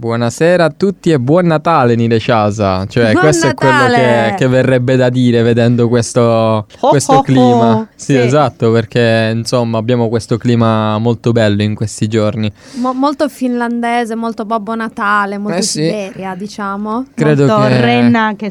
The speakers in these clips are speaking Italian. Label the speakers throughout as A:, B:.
A: Buonasera a tutti e buon Natale Nile Ciasa. Cioè,
B: Buon
A: questo è quello
B: Natale!
A: che, che verrebbe da dire vedendo questo,
B: Ho,
A: questo
B: ho, ho.
A: clima. Sì,
B: Sì.
A: esatto, perché insomma abbiamo questo clima molto bello in questi giorni.
B: Mo- molto finlandese, molto Babbo Natale, molto
A: Eh sì.
B: Siberia, diciamo.
A: Credo
C: Molto
A: che-
C: renna che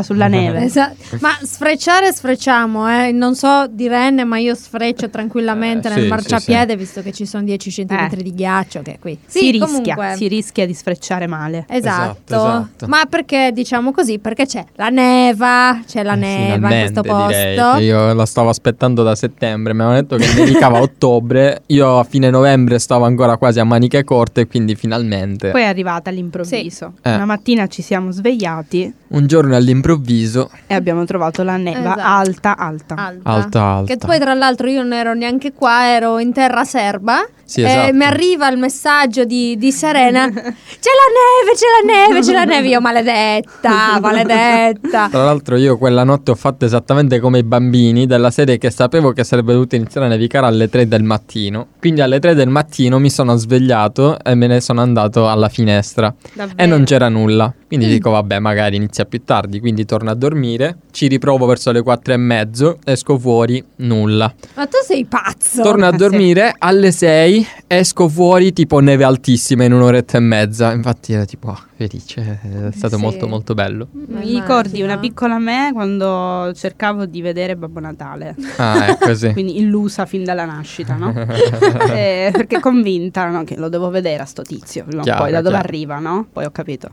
C: sulla
A: Eh.
C: neve.
B: Esa- ma sfrecciare sfrecciamo, eh. non so di renne, ma io sfreccio tranquillamente
A: Eh, sì,
B: nel
A: sì,
B: marciapiede visto che ci sono 10 cm
C: Eh.
B: di ghiaccio che è qui. Sì,
C: si, rischia,
B: comunque.
C: si rischia di sfrecciare male.
B: Esatto.
A: Esatto, esatto.
B: ma perché diciamo così? Perché c'è la neva, c'è la
A: Eh,
B: neva in questo
A: finalmente, direi,
B: posto.
A: che io la stavo aspettando da settembre, mi avevano detto che nevicava a ottobre, io a fine novembre stavo ancora quasi a maniche corte, quindi finalmente
C: Poi è arrivata all'improvviso.
A: Sì. Eh.
C: Una mattina ci siamo svegliati
A: un giorno all'improvviso,
C: e abbiamo trovato la neva
B: Esatto.
C: alta, alta.
B: Alta.
A: alta alta.
B: Ah, Che poi tra l'altro io non ero neanche qua, ero in terra serba.
A: Sì,
B: Eh,
A: esatto.
B: mi arriva il messaggio di, di Serena: C'è la neve, c'è la neve, c'è la neve. Io, maledetta, maledetta.
A: Tra l'altro io quella notte ho fatto esattamente come i bambini, della serie che sapevo che sarebbe dovuto iniziare a nevicare alle 3 del mattino. Quindi alle 3 del mattino mi sono svegliato e me ne sono andato alla finestra
C: Davvero.
A: e non c'era nulla. Quindi dico vabbè magari inizia più tardi, quindi torno a dormire, ci riprovo verso le 4 e mezzo, esco fuori, nulla.
B: Ma tu sei pazzo.
A: Torno a
C: sì.
A: dormire alle 6, esco fuori tipo neve altissima in un'oretta e mezza. Infatti era tipo ah, felice, è stato
B: Sì.
A: molto molto bello.
B: Ma
C: Mi ricordi
B: immagino.
C: una piccola me quando cercavo di vedere Babbo Natale,
A: Ah, è così.
C: quindi illusa fin dalla nascita, no? Eh, perché convinta no, che lo devo vedere a sto tizio prima
A: Chiaro,
C: o poi, da dove
A: chiaro.
C: arriva, no? Poi ho capito.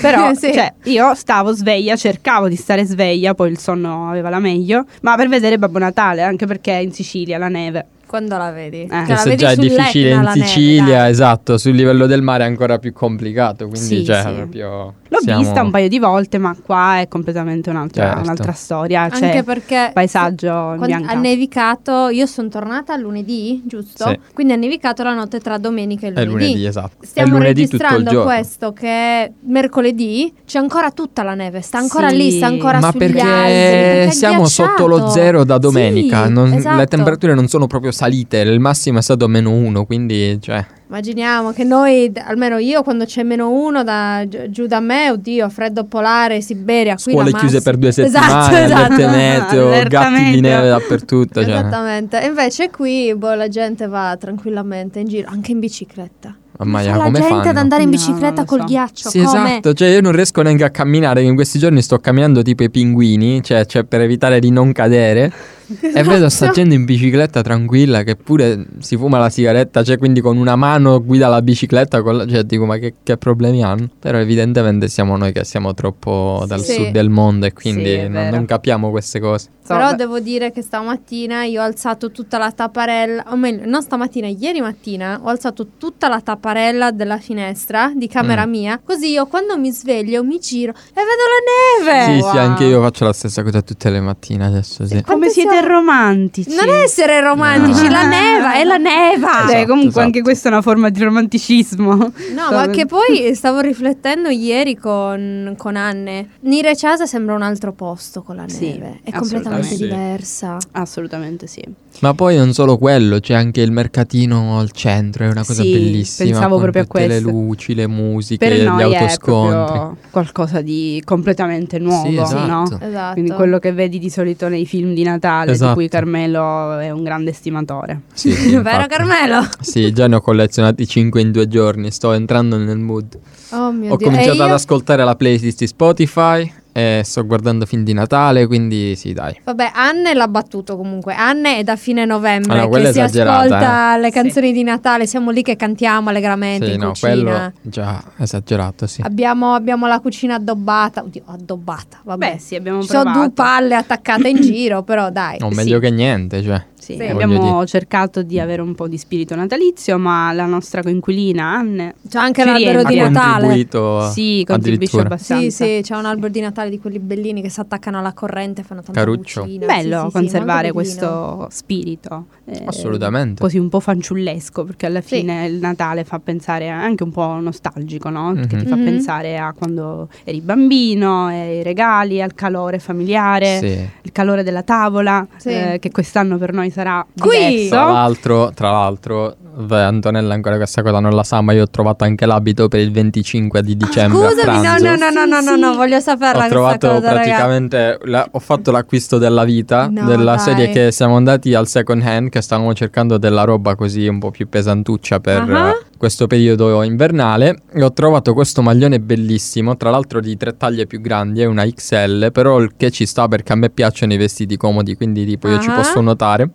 C: Però
B: Sì.
C: cioè, io stavo sveglia, cercavo di stare sveglia, poi il sonno aveva la meglio, ma per vedere Babbo Natale, anche perché in Sicilia la neve.
B: Quando la vedi?
C: Eh.
B: Cioè, la
A: se
B: vedi
A: già è
B: sull'Etna,
A: difficile in
B: la neve,
A: Sicilia,
B: dai.
A: esatto, sul livello del mare è ancora più complicato, quindi
C: Sì,
A: cioè,
C: sì.
A: proprio
C: L'ho
A: siamo-
C: vista un paio di volte, ma qua è completamente un'altra,
A: Certo.
C: un'altra storia. Ah, C'è
B: Anche perché
C: paesaggio in
B: quando
C: bianca.
B: ha nevicato, io sono tornata lunedì, giusto?
A: Sì.
B: Quindi ha nevicato la notte tra domenica e
A: È lunedì, esatto. è
B: Stiamo
A: lunedì tutto il
B: registrando
A: giorno.
B: questo che è mercoledì, c'è ancora tutta la neve, sta ancora
C: Sì.
B: lì, sta ancora
A: Ma
B: sugli
A: perché,
B: alberi, perché è
A: siamo sotto lo
B: ghiacciato.
A: zero da domenica,
B: Sì,
A: non-
B: esatto.
A: le temperature non sono proprio salite, il massimo è stato meno uno, quindi cioè,
B: Immaginiamo che noi, d- almeno io quando c'è meno uno da, gi- giù da me, oddio, freddo polare, Siberia, qui la
A: scuole chiuse
B: massima.
A: per due
B: Esatto,
A: settimane,
B: esatto.
A: alerte meteo, gatti di
C: Allertamento.
A: neve dappertutto. Cioè,
B: Esattamente, e invece qui boh, la gente va tranquillamente in giro, anche in bicicletta.
A: mamma mia,
B: Fa la
A: come
B: gente
A: fanno?
B: ad andare in
C: No,
B: bicicletta
C: non lo
B: col
C: so.
B: ghiaccio,
A: Sì,
B: come?
A: esatto, cioè io non riesco neanche a camminare, in questi giorni sto camminando tipo i pinguini, cioè, cioè per evitare di non cadere. E
C: Esatto.
A: vedo sta gente in bicicletta tranquilla che pure si fuma la sigaretta, cioè quindi con una mano guida la bicicletta, con la- cioè dico ma che, che problemi hanno? Però evidentemente siamo noi che siamo troppo dal
B: Sì.
A: sud del mondo e
C: Sì,
A: quindi
C: è
A: non,
C: vero.
A: non capiamo queste cose.
C: Insomma,
B: Però devo dire che stamattina io ho alzato tutta la tapparella, o meglio, non stamattina, ieri mattina ho alzato tutta la tapparella della finestra di camera
A: Mm.
B: mia, così io quando mi sveglio mi giro e vedo la neve.
A: sì, sì,
C: Eh, wow.
A: anche io faccio la stessa cosa tutte le mattine adesso, sì.
C: come
B: quanto
C: siete
B: siamo-
C: romantici.
B: Non essere romantici,
A: No.
B: la neva, è la neva.
C: Cioè,
A: Esatto,
C: comunque
A: esatto.
C: anche questa è una forma di romanticismo.
B: No, ma che poi stavo riflettendo ieri con, con Anne. Nire Ciasa sembra un altro posto con la neve,
C: Sì,
B: è
C: assolutamente.
B: completamente
A: Sì.
B: diversa.
C: Assolutamente sì.
A: Ma poi non solo quello, c'è anche il mercatino al centro, è una cosa
C: Sì,
A: bellissima.
C: pensavo
A: con
C: proprio a
A: tutte le
C: questo.
A: luci, le musiche,
C: Per
A: gli
C: noi è
A: autoscontri.
C: proprio qualcosa di completamente nuovo,
A: sì, esatto.
C: no?
B: Esatto.
C: Quindi quello che vedi di solito nei film di Natale,
A: Esatto.
C: di cui Carmelo è un grande stimatore.
A: Sì, sì,
B: Vero
A: infatti.
B: Carmelo?
A: Sì, già ne ho collezionati 5 in due giorni, sto entrando nel mood.
B: Oh mio
A: ho
B: Dio.
A: cominciato
B: E
C: eh,
B: io-
A: ad ascoltare la playlist di Spotify e sto guardando film di Natale, quindi sì, dai.
B: Vabbè, Anne l'ha battuto comunque. Anne è da fine novembre
A: Ah, no, quella
B: che
A: è
B: si
A: esagerata, eh.
B: ascolta le
C: Sì.
B: canzoni di Natale. Siamo lì che cantiamo allegramente
A: Sì,
B: in
A: no,
B: cucina.
A: quello già esagerato, sì.
B: Abbiamo, abbiamo la cucina addobbata. Oddio, addobbata. Vabbè,
C: Beh, sì, abbiamo
B: ci sono
C: provato.
B: due palle attaccate in giro, però dai.
A: No, meglio che niente, cioè.
C: Sì,
B: Sì.
C: abbiamo cercato di avere un po' di spirito natalizio, ma la nostra coinquilina Anne
B: C'è anche
C: Ci
B: l'albero
C: rientra.
B: di
A: Ha
B: Natale.
A: contribuito
C: si contribuisce
A: addirittura.
B: Sì,
C: abbastanza.
B: sì, c'è un albero di Natale di quelli bellini che si attaccano alla corrente e fanno tanta
A: Caruccio.
B: lucina.
C: Bello
B: Sì, sì, sì,
C: conservare
B: molto bellino.
C: questo spirito. eh,
A: Assolutamente.
C: Così un po' fanciullesco, perché alla
B: Sì.
C: fine il Natale fa pensare anche un po' nostalgico, no? Che ti fa
B: Mhm.
C: pensare a quando eri bambino, ai regali, al calore familiare,
A: Sì.
C: il calore della tavola,
B: Sì.
C: eh, che quest'anno per noi sarà
B: Qui!
A: Tra
C: diverso.
A: l'altro, tra l'altro, beh, Antonella ancora questa cosa non la sa, ma io ho trovato anche l'abito per il 25 di dicembre. a
B: Ah, Scusami, no,
A: pranzo.
B: no, no, no, no, no, no,
C: Sì.
B: voglio saperla
A: Ho
B: questa
A: trovato
B: cosa, raga.
A: praticamente, la- ho fatto l'acquisto della vita,
B: No,
A: della
B: dai.
A: serie che siamo andati al second hand, che stavamo cercando della roba così un po' più pesantuccia per
B: Ah.
A: eh, questo periodo invernale. E ho trovato questo maglione bellissimo, tra l'altro di tre taglie più grandi, è una XL, però il che ci sta perché a me piacciono i vestiti comodi, quindi tipo io ci
B: Ah.
A: posso notare.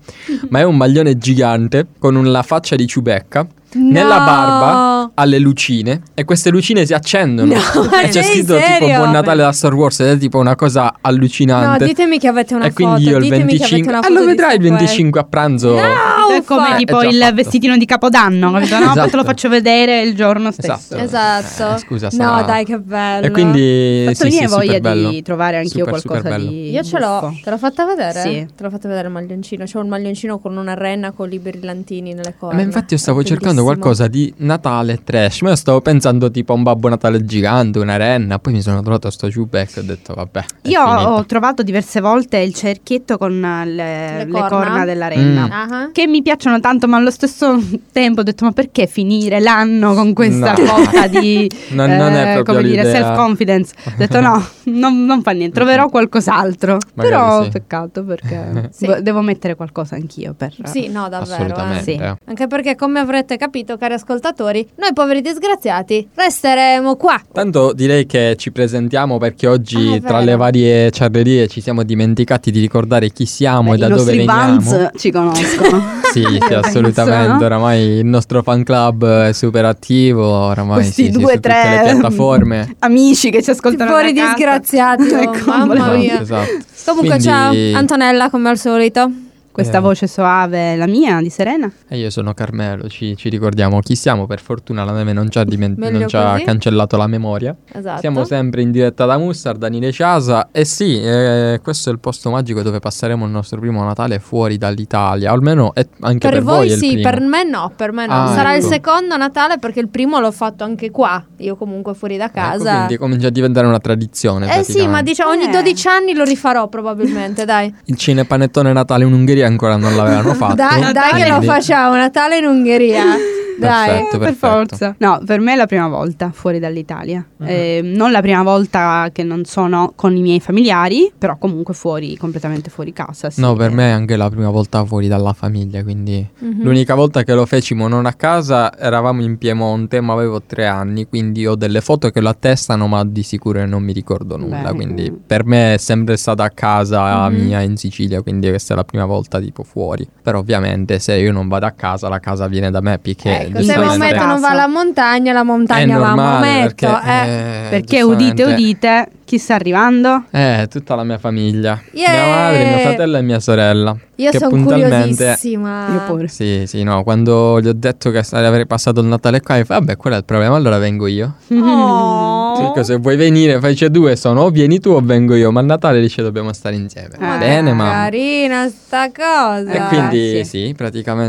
A: Ma è un maglione gigante con la faccia di ciubecca nella
B: No!
A: barba ha le lucine e queste lucine si accendono.
B: No, ma
A: e c'è
B: sei
A: scritto tipo
B: serio?
A: Buon Natale da Star Wars ed è tipo una cosa
B: No,
A: allucinante.
B: ditemi che avete una
A: e quindi
B: foto,
A: io il
B: ditemi che
A: 25
B: avete una
A: Eh,
B: foto
A: lo
B: di
A: vedrai il
B: sta
A: 25 a pranzo.
B: qua. No,
C: È come
B: fa-
A: di-
C: tipo
A: Eh, già
C: il
A: fatto.
C: vestitino di Capodanno, capito? No, poi te
A: Esatto.
C: lo faccio vedere il giorno
A: Esatto.
C: stesso.
B: Esatto.
A: Eh, scusa, sarà-
B: no, dai, che bello.
A: E quindi
C: Fatto
A: Eh, sì, sì,
C: venire voglia
A: super bello.
C: di trovare anch'io
A: Super, super
C: qualcosa
A: bello.
C: di
B: Io ce l'ho,
C: buffo.
B: te l'ho fatta vedere?
C: Sì.
B: Te l'ho fatta vedere il maglioncino. C'ho un maglioncino con una renna con i brillantini nelle corna.
A: Ma infatti io stavo
B: È
A: cercando
B: bellissimo.
A: qualcosa di Natale trash, ma io stavo pensando tipo a un Babbo Natale gigante, una renna, poi mi sono trovato sto ciubecco e ho detto vabbè. è
C: Io
A: finita.
C: ho trovato diverse volte il cerchietto con le, Eh, le corna.
B: corna?
C: della renna.
A: Mm.
B: Ah,
C: Che mi piacciono tanto, ma allo stesso tempo ho detto: ma perché finire l'anno con questa
A: No.
C: cotta di
A: Non, non è
C: eh,
A: proprio
C: come dire,
A: l'idea. Mm.
C: self-confidence? Ho detto: no, non, non fa niente, troverò qualcos'altro.
A: Magari
C: Però
A: sì.
C: peccato perché
B: Sì.
C: vo- devo mettere qualcosa anch'io per
B: Sì, no, davvero. eh.
A: Assolutamente.
C: Sì.
A: eh.
B: Anche perché, come avrete capito, cari ascoltatori, noi poveri disgraziati resteremo qua.
A: Tanto direi che ci presentiamo perché oggi
B: Ah, è
A: tra
B: vero.
A: le varie ciarrerie ci siamo dimenticati di ricordare chi siamo
C: Beh,
A: e da
C: Eh, i
A: dove
C: nostri
A: veniamo.
C: fans ci conoscono.
A: Sì, sì,
C: Penso,
A: assolutamente.
C: no?
A: Oramai il nostro fan club è super attivo, oramai sì,
C: Questi
A: sì,
C: due,
A: su tutte
C: tre
A: le piattaforme.
C: amici che ci ascoltano.
B: Poveri
C: da casa.
B: disgraziati, oh,
C: Ecco,
B: mamma
C: volevo-
B: mia.
A: esatto.
B: Comunque,
A: Quindi-
B: ciao Antonella, come al solito.
C: Questa
A: Eh.
C: voce soave è la mia, di Serena.
A: E eh, io sono Carmelo, ci, ci ricordiamo chi siamo. Per fortuna la neve non ci ha, diment-
B: Meglio
A: non ci ha
B: così.
A: cancellato la memoria.
B: Esatto.
A: Siamo sempre in diretta da Mussar, Danile Ciasa e sì, eh, questo è il posto magico dove passeremo il nostro primo Natale fuori dall'Italia, almeno è- anche
B: per,
A: per,
B: voi
A: è il
B: sì,
A: primo.
B: per me no, per me no.
A: Ah,
B: Sarà il
A: ecco.
B: secondo Natale perché il primo l'ho fatto anche qua, io comunque fuori da
A: Ecco,
B: casa.
A: quindi comincia a diventare una tradizione.
B: eh sì, ma
A: praticamente.
B: diciamo
C: Eh.
B: ogni 12 anni lo rifarò probabilmente, dai.
A: Il cinepanettone Natale in Ungheria ancora non l'avevano fatto.
B: Dai, dai che lo
A: quindi-
B: facciamo, Natale in Ungheria. Dai.
A: Perfetto. Mm-hmm.
C: Eh, per forza. No, per me è la prima volta fuori dall'Italia. Eh, non la prima volta che non sono con i miei familiari, però comunque fuori, completamente fuori casa. sì.
A: No, per me è anche la prima volta fuori dalla famiglia, quindi...
B: Mhm.
A: L'unica volta che lo fecimo non a casa eravamo in Piemonte, ma avevo tre anni, quindi ho delle foto che lo attestano, ma di sicuro non mi ricordo nulla.
C: Beh.
A: Quindi per me è sempre stata a casa
B: Mhm.
A: mia in Sicilia, quindi questa è la prima volta tipo fuori. Però ovviamente se io non vado a casa, la casa viene da me, perché
C: Ecco,
B: Se
C: giustamente.
B: Maometto non va alla montagna, la
A: è
B: montagna va a
A: normale
B: Maometto.
A: perché,
B: eh.
A: eh,
C: Perché udite,
A: giustamente-
C: udite, chi sta arrivando?
A: Eh, tutta la mia famiglia. Mia
B: Yeah!
A: madre, mio fratello e mia sorella.
B: Io
A: che
B: sono
A: puntualmente-
B: curiosissima.
C: Io pure.
A: Sì, sì, no, quando gli ho detto che sarei- avrei passato il Natale qua, mi fa, vabbè, quello è il problema, allora vengo io.
B: Oh.
A: Perché se vuoi venire, fai c'è due, sono o vieni tu o vengo io, ma a Natale dice dobbiamo stare insieme.
C: Ma
A: Va
C: dai,
A: Bene, ma...
B: Carina sta cosa.
A: E
C: dai,
A: quindi
C: sì.
A: sì,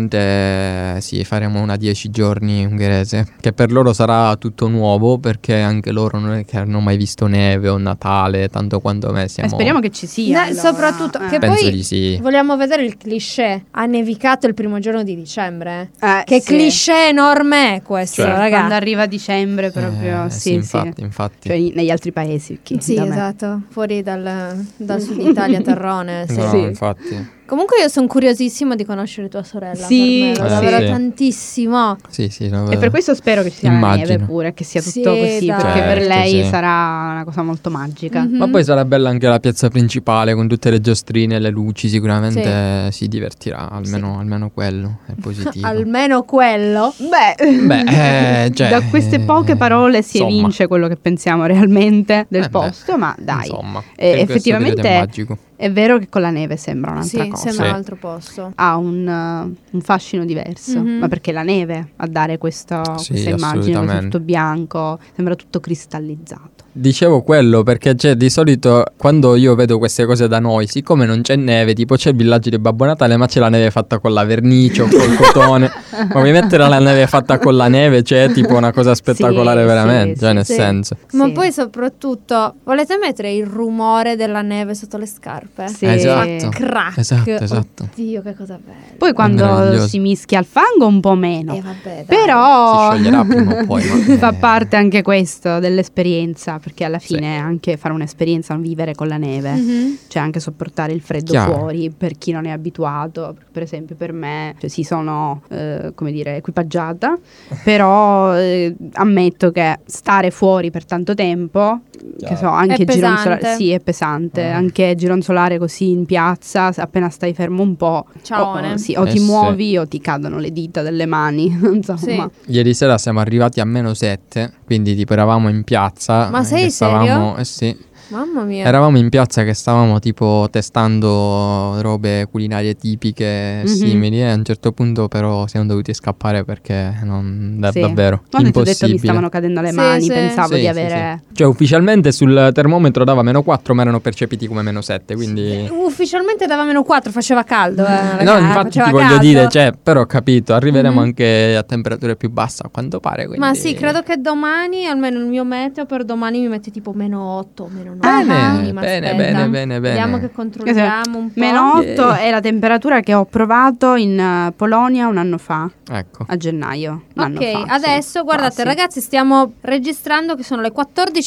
A: praticamente sì, faremo una 10 giorni ungherese, che per loro sarà tutto nuovo perché anche loro non è che hanno mai visto neve o Natale, tanto quanto me
C: Eh,
A: siamo...
C: speriamo che ci sia.
B: No,
C: allora.
B: soprattutto
C: Eh.
B: che
A: Penso
B: poi-
A: di sì.
B: Vogliamo vedere il cliché. Ha nevicato il primo giorno di dicembre.
C: Eh,
B: Che
C: sì.
B: cliché enorme è questo,
A: Certo.
B: raga.
C: Quando arriva dicembre proprio,
A: Eh,
C: sì,
A: sì,
C: sì.
A: infatti, infatti.
C: Cioè, negli altri paesi, chi?
B: Sì,
C: da me.
B: esatto, fuori dal, dal sud Italia, Terrone. sì.
A: No,
C: Cioè, Sì.
A: infatti.
B: Comunque io sono curiosissima di conoscere tua sorella.
C: Sì,
B: Carmelo,
A: Eh,
B: davvero
A: sì.
B: tantissimo.
A: Sì, sì, no,
C: E per questo spero che ci sia la neve
A: Eh, Immagino.
C: pure, che sia tutto
B: Sì,
C: così,
B: dai.
C: perché per
A: Certo,
C: lei
A: sì.
C: sarà una cosa molto magica.
B: Mhm.
D: Mm.
A: Ma poi sarà bella anche la piazza principale con tutte le giostrine, le luci, sicuramente si divertirà, almeno, almeno quello è positivo.
B: Almeno quello.
C: Beh,
A: Beh, eh, cioè,
C: da queste poche
A: eh,
C: parole si
A: insomma.
C: evince quello che pensiamo realmente del
A: Eh beh,
C: posto, ma dai,
A: Insomma,
C: Eh,
A: per questo periodo
C: effettivamente-
A: è magico.
C: è vero che con la neve sembra un'altra
B: sì,
C: cosa.
B: sembra
A: Sì.
B: un altro posto.
C: Ha un, eh, un fascino diverso,
B: Mhm.
C: ma perché la neve a dare questo-
A: Sì,
C: questa immagine, questo
A: assolutamente.
C: tutto bianco, sembra tutto cristallizzato.
A: dicevo quello perché cioè, di solito quando io vedo queste cose da noi, siccome non c'è neve, tipo c'è il villaggio di Babbo Natale, ma c'è la neve fatta con la vernice o col cotone. ma ovviamente era la neve fatta con la neve, cioè tipo una cosa spettacolare
D: sì,
A: veramente,
D: sì,
A: cioè nel
D: sì.
A: senso.
B: Ma
D: Sì.
B: poi soprattutto, volete mettere il rumore della neve sotto le scarpe?
D: Sì.
A: Eh, esatto.
B: Crack.
A: Esatto, esatto.
B: Oddio, che cosa bella.
C: Poi quando
A: meraviglioso.
C: si mischia al fango un po' meno.
B: Eh, vabbè, dai.
C: Però
A: Si scioglierà prima o poi, ma-
C: fa
A: eh.
C: parte anche questo dell'esperienza, perché alla
A: Sì.
C: fine anche fare un'esperienza, non vivere con la neve,
B: Mhm.
C: cioè anche sopportare il freddo
A: Chiaro.
C: fuori per chi non è abituato, per- per esempio per me, cioè, si sono eh, come dire equipaggiata, però eh, ammetto che stare fuori per tanto tempo, che so, anche
B: È
C: gironzolare,
B: pesante.
C: sì, è pesante,
A: Mm.
C: anche gironzolare così in piazza, s- appena stai fermo un po',
B: Ciaone.
C: o, Oh, sì, o
A: Eh,
C: ti
A: sì.
C: muovi o ti cadono le dita delle mani, insomma.
B: Sì.
A: Ieri sera siamo arrivati a meno 7, quindi tipo eravamo in piazza.
B: Ma
A: eh,
B: sei
A: che stavamo, eh sì.
B: Mamma mia.
A: Eravamo in piazza che stavamo tipo testando robe culinarie tipiche
C: Mhm.
A: simili e a un certo punto però siamo dovuti scappare perché non da-
C: Sì.
A: davvero
C: Quando ti ho detto
A: impossibile.
C: mi stavano cadendo le
B: Sì,
C: mani,
B: sì.
C: pensavo
A: Sì,
C: di
A: sì,
C: avere...
A: sì. Cioè ufficialmente sul termometro dava meno 4 ma erano percepiti come meno 7 quindi...
B: Uh, Ufficialmente dava meno 4, faceva caldo. eh, ragazzi,
A: No, infatti
B: faceva
A: ti voglio
B: caldo.
A: dire, cioè, però ho capito, arriveremo
B: Mhm.
A: anche a temperature più basse a quanto pare.
B: Ma
A: quindi-
B: sì, credo che domani, almeno il mio meteo per domani mi mette tipo meno 8, meno 9.
A: Bene, bene, bene, bene, bene.
B: Vediamo che controlliamo un po'.
C: Meno 8
A: Yeah.
C: è la temperatura che ho provato in eh, Polonia un anno fa,
A: Ecco.
C: a gennaio. un anno
B: Ok,
C: fa, sì.
B: adesso guardate
C: Quasi.
B: ragazzi, stiamo registrando che sono le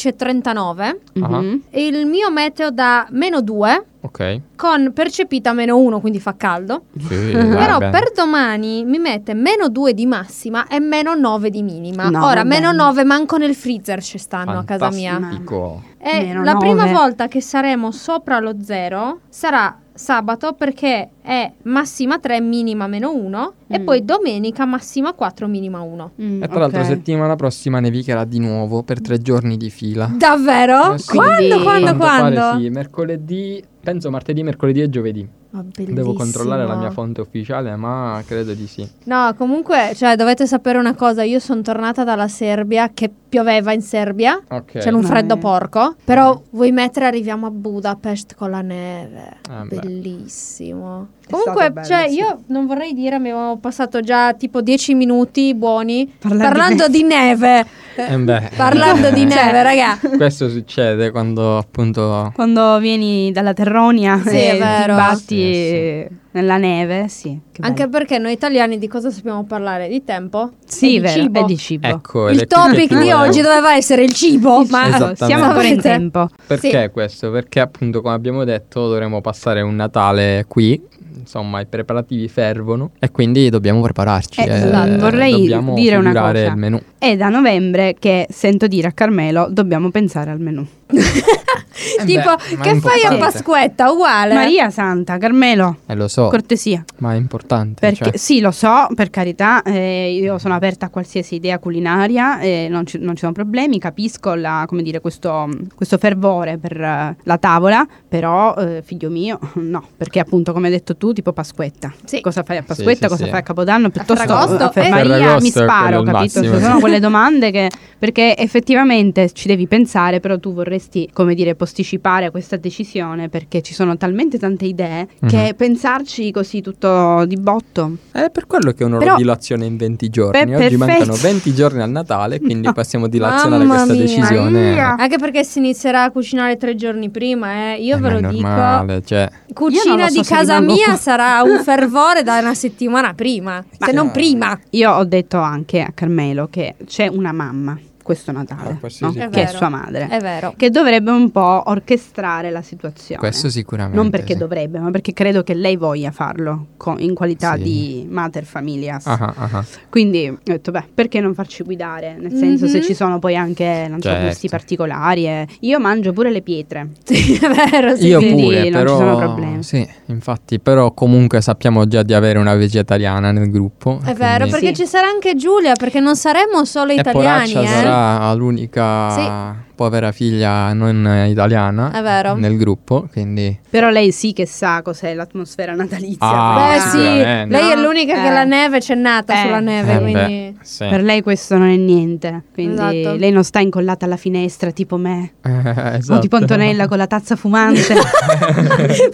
B: 14.39
A: Uh-huh.
C: Mhm.
B: e il mio meteo da meno 2
A: Ok.
B: con percepita meno 1, quindi fa caldo.
A: Sì,
B: Però
A: va bene.
B: per domani mi mette meno 2 di massima e meno 9 di minima.
C: No,
B: Ora,
C: vabbè.
B: meno 9 manco nel freezer ci stanno a casa mia.
A: Fantastico.
B: E
C: Meno
B: la
C: nove.
B: prima volta che saremo sopra lo zero sarà sabato perché è massima 3, minima meno 1 e
C: Mm.
B: poi domenica massima 4, minima 1.
C: Mm,
A: E tra
C: ok.
A: l'altro settimana prossima nevicherà di nuovo per tre giorni di fila.
B: Davvero?
A: Eh sì.
B: Oh, Quando,
C: Quindi-
A: Quanto
B: quando,
A: pare
B: quando?
A: sì, mercoledì, penso martedì, mercoledì e giovedì.
B: Ma
A: Devo
B: bellissimo.
A: controllare la mia fonte ufficiale, ma credo di sì.
B: No, comunque, cioè, dovete sapere una cosa, io sono tornata dalla Serbia che pioveva in Serbia.
A: Ok.
B: C'era un
C: Mamma
B: freddo
C: mia.
B: porco. Però vuoi mettere arriviamo a Budapest con la neve.
A: Ah, beh.
B: Bellissimo.
C: stato
B: Comunque,
C: bello,
B: cioè,
C: sì.
B: io non vorrei dire, abbiamo passato già tipo 10 minuti buoni
C: Parlare di
B: parlando di neve.
A: Eh beh.
B: Parlando di
A: Eh,
C: Cioè,
B: neve, raga.
A: Questo succede quando appunto...
C: Quando vieni dalla Terronia
B: Sì,
C: e
B: è
C: ti
B: vero.
C: batti
A: Sì, sì.
C: eh, nella neve, sì. che
B: Anche
C: bello.
B: perché noi italiani di cosa sappiamo parlare? Di tempo?
C: sì,
B: e di
C: vero,
B: cibo.
C: è di cibo.
A: Ecco, ed è qui che
B: Il
A: ti
B: topic di
A: volevo-
B: oggi doveva essere il cibo, ma
A: Esatto. Esattamente.
C: Siamo ancora in
B: Sapete?
C: tempo.
A: Perché questo? Perché appunto, come abbiamo detto, dovremo passare un Natale qui. Insomma, i preparativi fervono e quindi dobbiamo prepararci.
C: Eh, esatto. Vorrei
A: dobbiamo
C: dire una
A: figurare
C: cosa.
A: il menù.
C: È da novembre che sento dire a Carmelo dobbiamo pensare al menù.
A: Eh beh,
B: tipo,
A: ma è
B: che fai a
A: importante.
B: Pasquetta? Uguale.
C: Maria Santa, Carmelo,
A: Eh, lo so,
C: cortesia.
A: ma è importante.
C: Perché,
A: cioè.
C: Sì, lo so, per carità, eh, io sono aperta a qualsiasi idea culinaria, eh, non, ci, non ci sono problemi, capisco la- come dire, questo, questo fervore per eh, la tavola, però eh, figlio mio, no, perché appunto come hai detto tu, tipo Pasquetta,
B: Sì.
C: cosa fai a Pasquetta,
A: sì,
C: cosa
A: sì.
C: fai a Capodanno, piuttosto
B: Ferragosto,
C: a Fer-
B: eh.
C: Maria mi
A: Ferragosto è quello
C: sparo,
A: il
C: capito?
A: massimo,
C: Ci
A: sì.
C: sono quelle domande che, perché effettivamente ci devi pensare, però tu vorresti, come dire, posticipare questa decisione perché ci sono talmente tante idee che
A: Mhm.
C: pensarci così tutto di botto
A: È per quello che è una
C: Però-
A: dilazione in 20 giorni.
C: Beh,
A: Oggi
C: perfetto.
A: mancano 20 giorni al Natale, quindi
C: No.
A: possiamo dilazionare
B: Mamma
A: questa
B: mia.
A: decisione.
C: Maria.
B: Anche perché si inizierà a cucinare tre giorni prima, eh. Io
A: Eh,
B: ve
A: ma
B: lo
A: è
B: dico.
A: normale, cioè.
C: Io non
B: Cucina
C: lo so
B: di
C: se
B: casa
C: rimango
B: mia
C: qua.
B: sarà un fervore da una settimana prima, se non prima.
C: Io ho detto anche a Carmelo che c'è una mamma questo Natale,
A: Ah, questo
C: no?
A: sì.
B: È
C: che è
B: vero.
C: sua madre,
B: È vero.
C: che dovrebbe un po' orchestrare la situazione.
A: Questo sicuramente.
C: eh. non perché
A: sì.
C: dovrebbe, ma perché credo che lei voglia farlo co- in qualità
A: Sì.
C: di mater familias.
A: Ah, ah, ah, ah.
C: Quindi ho detto, beh, perché non farci guidare? Nel senso, se
B: Mhm.
C: ci sono poi anche, non so,
A: Certo.
C: gusti particolari. eh. Io mangio pure le pietre.
B: Sì, è vero, sì.
A: Io
C: quindi
A: pure,
C: non
A: però
C: ci sono problemi.
A: Sì, infatti, però comunque sappiamo già di avere una vegetariana nel gruppo.
B: È vero,
A: quindi-
B: perché
C: Sì.
B: ci sarà anche Giulia, perché non saremo solo
A: E
B: italiani,
A: Poraccia
B: eh.
A: sarà l'unica
B: Sì.
A: povera figlia non italiana
B: È vero. Eh,
A: nel gruppo, quindi
C: Però lei sì che sa cos'è l'atmosfera natalizia.
A: Ah,
B: Beh,
C: quella.
B: sì,
A: sicuramente.
B: lei è l'unica che
C: Eh.
B: la neve c'è nata
C: Eh.
B: sulla neve,
A: Eh,
B: quindi...
A: beh, sì.
C: Per lei questo non è niente, quindi
B: Esatto.
C: lei non sta incollata alla finestra tipo me,
A: Eh,
C: o
A: esatto.
C: tipo Antonella con la tazza fumante.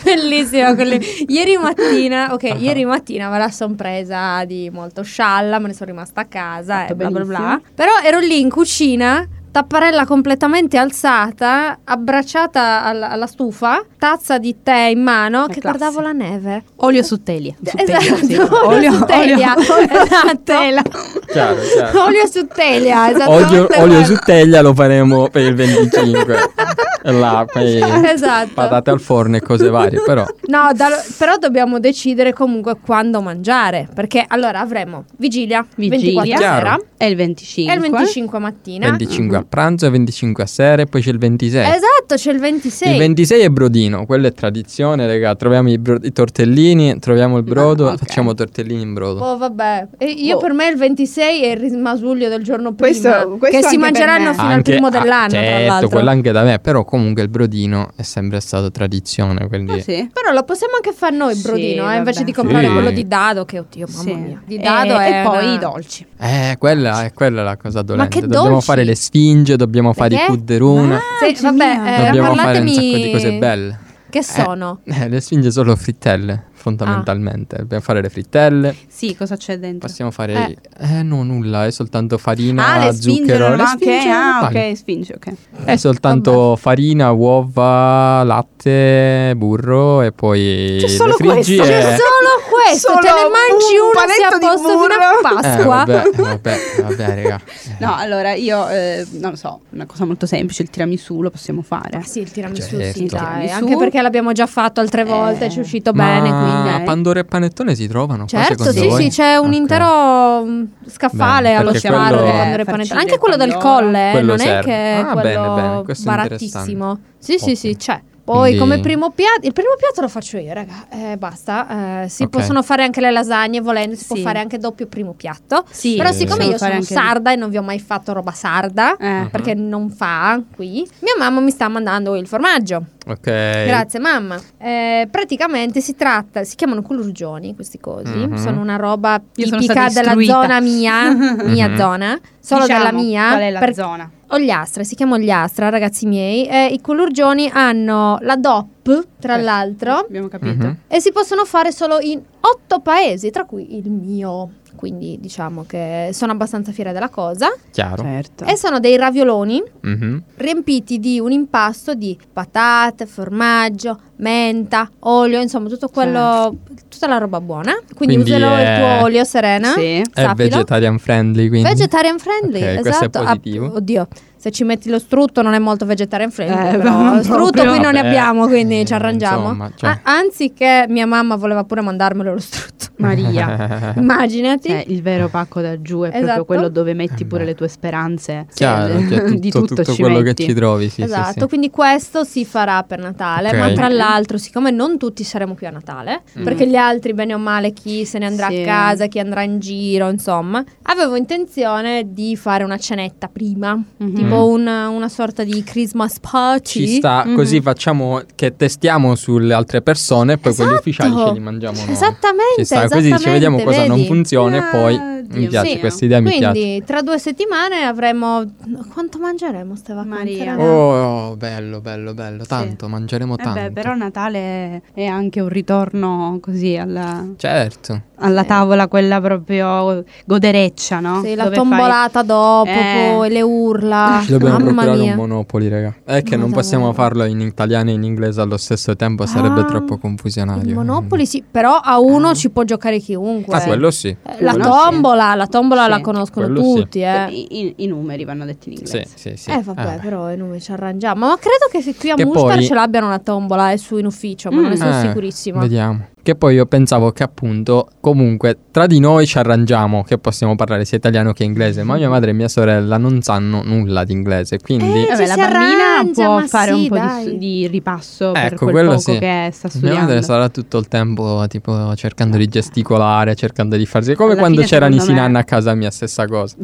B: Bellissimo quelli- Ieri mattina, ok, ieri mattina me la sono presa di molto scialla, me ne sono rimasta a casa
C: Fatto
B: e bla bla bla.
C: benissimo.
B: Però ero lì in cucina, tapparella completamente alzata, abbracciata al- alla stufa, tazza di tè in mano,
C: È
B: che
C: classe.
B: guardavo la neve.
C: Olio su teglia. Su teglia,
B: esatto,
C: sì.
B: olio su teglia.
C: su
B: Esatto.
C: teglia.
A: Chiaro,
C: Eh,
A: chiaro.
B: Olio su teglia, esattamente.
A: Olio, olio su
B: quello.
A: teglia lo faremo per il 25. E là, poi
B: Esatto.
A: patate al forno e cose varie, però
B: No, da- però dobbiamo decidere comunque quando mangiare, perché allora avremo vigilia,
C: Vigilia.
B: 24 sera
A: Chiaro.
C: È il 25.
B: e il 25 mattina.
A: 25 a pranzo, 25 a sera e poi c'è il 26.
B: Esatto, c'è il 26.
A: Il 26 è brodino, quello è tradizione, raga. Troviamo i, bro- i tortellini, troviamo il brodo,
C: Ah, ok.
A: facciamo tortellini in brodo.
B: Oh vabbè, E io
C: Oh.
B: per me il 26 è il rimasuglio del giorno prima
C: Questo- questo
B: che si
C: anche per
B: mangeranno
C: me.
B: fino al primo
A: ah,
B: dell'anno tra
A: certo,
B: l'altro.
A: quello anche da me, però comunque il brodino è sempre stato tradizione, quindi
C: Ah, sì.
B: Però lo possiamo anche fare noi il
C: Sì,
B: brodino, eh,
C: vabbè.
B: invece di comprare
A: Sì.
B: quello di dado che oddio mamma
C: Sì.
B: mia. Di
C: E-
B: dado
C: e,
B: è
C: poi
B: una- Ah,
C: i dolci.
A: eh, quella è quella è la cosa dolente.
B: che
A: dobbiamo
B: dolci!
A: fare le sfinge, dobbiamo
B: Perché?
A: fare i kudderuna,
B: Sì,
C: Mamma mia.
B: vabbè, eh,
A: dobbiamo fare un
B: parlatemi
A: sacco di cose belle.
B: Che sono?
A: Eh, le sfinge sono frittelle,
B: Ah.
A: fondamentalmente. Dobbiamo fare le frittelle,
C: Sì, cosa c'è dentro?
A: possiamo fare eh, no nulla, è soltanto farina,
C: Ah, le spinge
A: zucchero,
C: non
A: le
C: va- ok,
A: sfinge
C: ah,
A: normali.
C: ok, spinge, ok.
A: È soltanto farina, uova, latte, burro e poi
C: C'è solo
A: le friggi
C: questo?
A: e- Eh,
B: C'è solo questo, te ne
C: Solo
B: mangi
C: un
B: uno sei a
C: panetto di
B: posto fino a
C: burro.
A: Eh,
B: Pasqua.
A: vabbè, vabbè, vabbè, raga. Eh,
C: No, allora io eh, non lo so, una cosa molto semplice, il tiramisù lo possiamo fare.
B: Ah, sì, il tiramisù
A: Certo.
B: sì, dai,
C: Tiramisù.
B: anche perché l'abbiamo già fatto altre volte,
C: Eh.
B: ci è uscito
A: ma
B: bene, quindi eh.
A: Pandora e panettone si trovano? qua,
B: Certo,
A: secondo
B: sì,
A: voi?
B: sì, c'è un
A: Ok.
B: intero mh, scaffale
A: Bene,
B: allo
A: perché
B: sparo
A: quello-
B: del Pandoro e
C: Farcire
B: Panettone. Anche quello del
C: Pandoro.
B: colle, eh,
A: Quello
B: non è
A: serve.
B: che è
A: Ah,
B: quello
A: bene, bene, questo è
B: barattissimo. Sì, sì,
A: Ok.
B: sì, c'è. Poi
A: Quindi-
B: come primo piatto, il primo piatto lo faccio io, raga. Eh, basta. Eh, si
A: Ok.
B: possono fare anche le lasagne volendo, si può
C: Sì.
B: fare anche doppio primo piatto.
C: Sì,
B: Però
A: eh,
B: siccome
A: possiamo
B: io sono
C: fare anche-
B: sarda e non vi ho mai fatto roba
A: Ah.
B: sarda,
C: Eh,
B: perché non fa qui, mia mamma mi sta mandando il formaggio.
A: Ok.
B: Grazie mamma. Eh, praticamente si tratta, si chiamano culurgioni questi cosi,
A: Mhm.
B: sono una roba
C: Io sono
B: tipica
C: stata
B: della
C: istruita.
B: zona mia, mia
A: Mhm.
B: zona, solo
C: diciamo,
B: della mia.
C: Qual è la
B: per-
C: zona?
B: Ogliastra, si chiama Ogliastra, ragazzi miei. Eh, I culurgioni hanno la DOP, tra
C: Ok.
B: l'altro,
C: Abbiamo capito.
A: Mhm.
B: e si possono fare solo in otto paesi, tra cui il mio. Quindi diciamo che sono abbastanza fiera della cosa.
A: Chiaro.
C: Certo.
B: E sono dei ravioloni
A: Mhm.
B: riempiti di un impasto di patate, formaggio, menta, olio, insomma tutto quello,
C: Certo.
B: tutta la roba buona. Quindi,
A: Quindi
B: usalo
A: è-
B: il tuo olio serena.
C: Sì.
A: È
B: sappilo.
A: vegetarian friendly, quindi.
B: Vegetarian friendly,
A: Ok, questo è
B: esatto. Ah,
A: positivo.
B: oddio, se ci metti lo strutto non è molto vegetarian friendly.
C: Eh,
B: però
C: no,
B: lo strutto
C: proprio.
B: qui non ne
A: Vabbè,
B: abbiamo, quindi
A: eh,
B: ci arrangiamo.
A: insomma, cioè.
B: A- anzi che mia mamma voleva pure mandarmelo lo strutto.
C: Maria.
B: Immaginati.
C: Eh, il vero pacco da giù è
B: Ah. Esatto.
C: proprio quello dove metti pure
A: Eh Beh.
C: le tue speranze.
A: Chiaro,
C: Eh,
A: cioè, tutto,
C: di tutto,
A: tutto
C: ci
A: quello
C: metti.
A: che ci trovi, sì, sì,
B: esatto,
A: sì.
B: quindi questo si farà per Natale,
A: Ok.
B: ma tra l'altro siccome non tutti saremo qui a Natale,
A: Mm.
B: perché gli altri bene o male chi se ne andrà
C: Sì.
B: a casa, chi andrà in giro, insomma, avevo intenzione di fare una cenetta prima,
C: Mhm.
B: tipo una, una sorta di Christmas party.
A: Mm. Ci sta,
C: Mhm.
A: così facciamo che testiamo sulle altre persone e poi quelli
B: Esatto.
A: ufficiali ce li mangiamo noi.
B: Esattamente,
A: Ci sta, così ci vediamo cosa non
B: vedi?
A: funziona e poi
C: Ah,
A: mi
C: Dio
A: piace,
C: mio.
A: questa idea mi piace.
B: Quindi tra due settimane avremo... Quanto mangeremo ste vacanze?
C: Maria.
B: raga?
A: Oh, bello, bello, bello, tanto, mangeremo
C: Eh
A: tanto.
C: beh, però Natale è anche un ritorno così alla,
A: Certo.
C: alla
B: Sì.
C: tavola, quella proprio godereccia, no?
B: Sì, la
C: Dove fai-
B: tombolata dopo,
C: Eh.
B: poi le urla.
A: Ci dobbiamo
B: Mamma
A: procurare
B: mia.
A: un Monopoli, raga. È che non
B: Madonna.
A: possiamo farlo in italiano e in inglese allo stesso tempo, sarebbe
B: Ah,
A: troppo confusionario. Mm.
B: Il Monopoli sì, però a
C: Ah.
B: uno ci può giocare chiunque.
A: Ah, quello sì.
B: Eh, La
C: Uno sì.
B: tombola, la tombola
C: Sì.
B: la conoscono
A: Quello sì.
B: tutti, eh.
C: I, i- i numeri vanno detti in
A: Sì,
C: inglese.
A: sì, sì.
B: Eh vabbè,
A: Ah,
B: però eh, noi ci arrangiamo. Ma credo che qui a
A: Che
B: Mustar
A: poi-
B: ce l'abbiano la tombola e su in ufficio, ma non ne
C: Mm.
B: sono
A: Eh,
B: sicurissima.
A: Vediamo. Che poi io pensavo che appunto comunque tra di noi ci arrangiamo che possiamo parlare sia italiano che inglese, ma mia madre e mia sorella non sanno nulla di inglese, quindi
B: Eh,
C: Vabbè,
B: ci
C: la
B: si
C: bambina
B: arrangia,
C: può
B: ma
C: fare
B: sì,
C: un po' di,
B: dai.
C: su- di ripasso per
A: Ecco,
C: quel
A: quello
C: poco
A: sì.
C: che sta
A: mia
C: studiando.
A: madre sarà tutto il tempo tipo cercando di gesticolare, cercando di farsi come
C: Alla
A: quando
C: fine,
A: c'erano i
C: secondo me-
A: Sinan a casa mia, stessa cosa.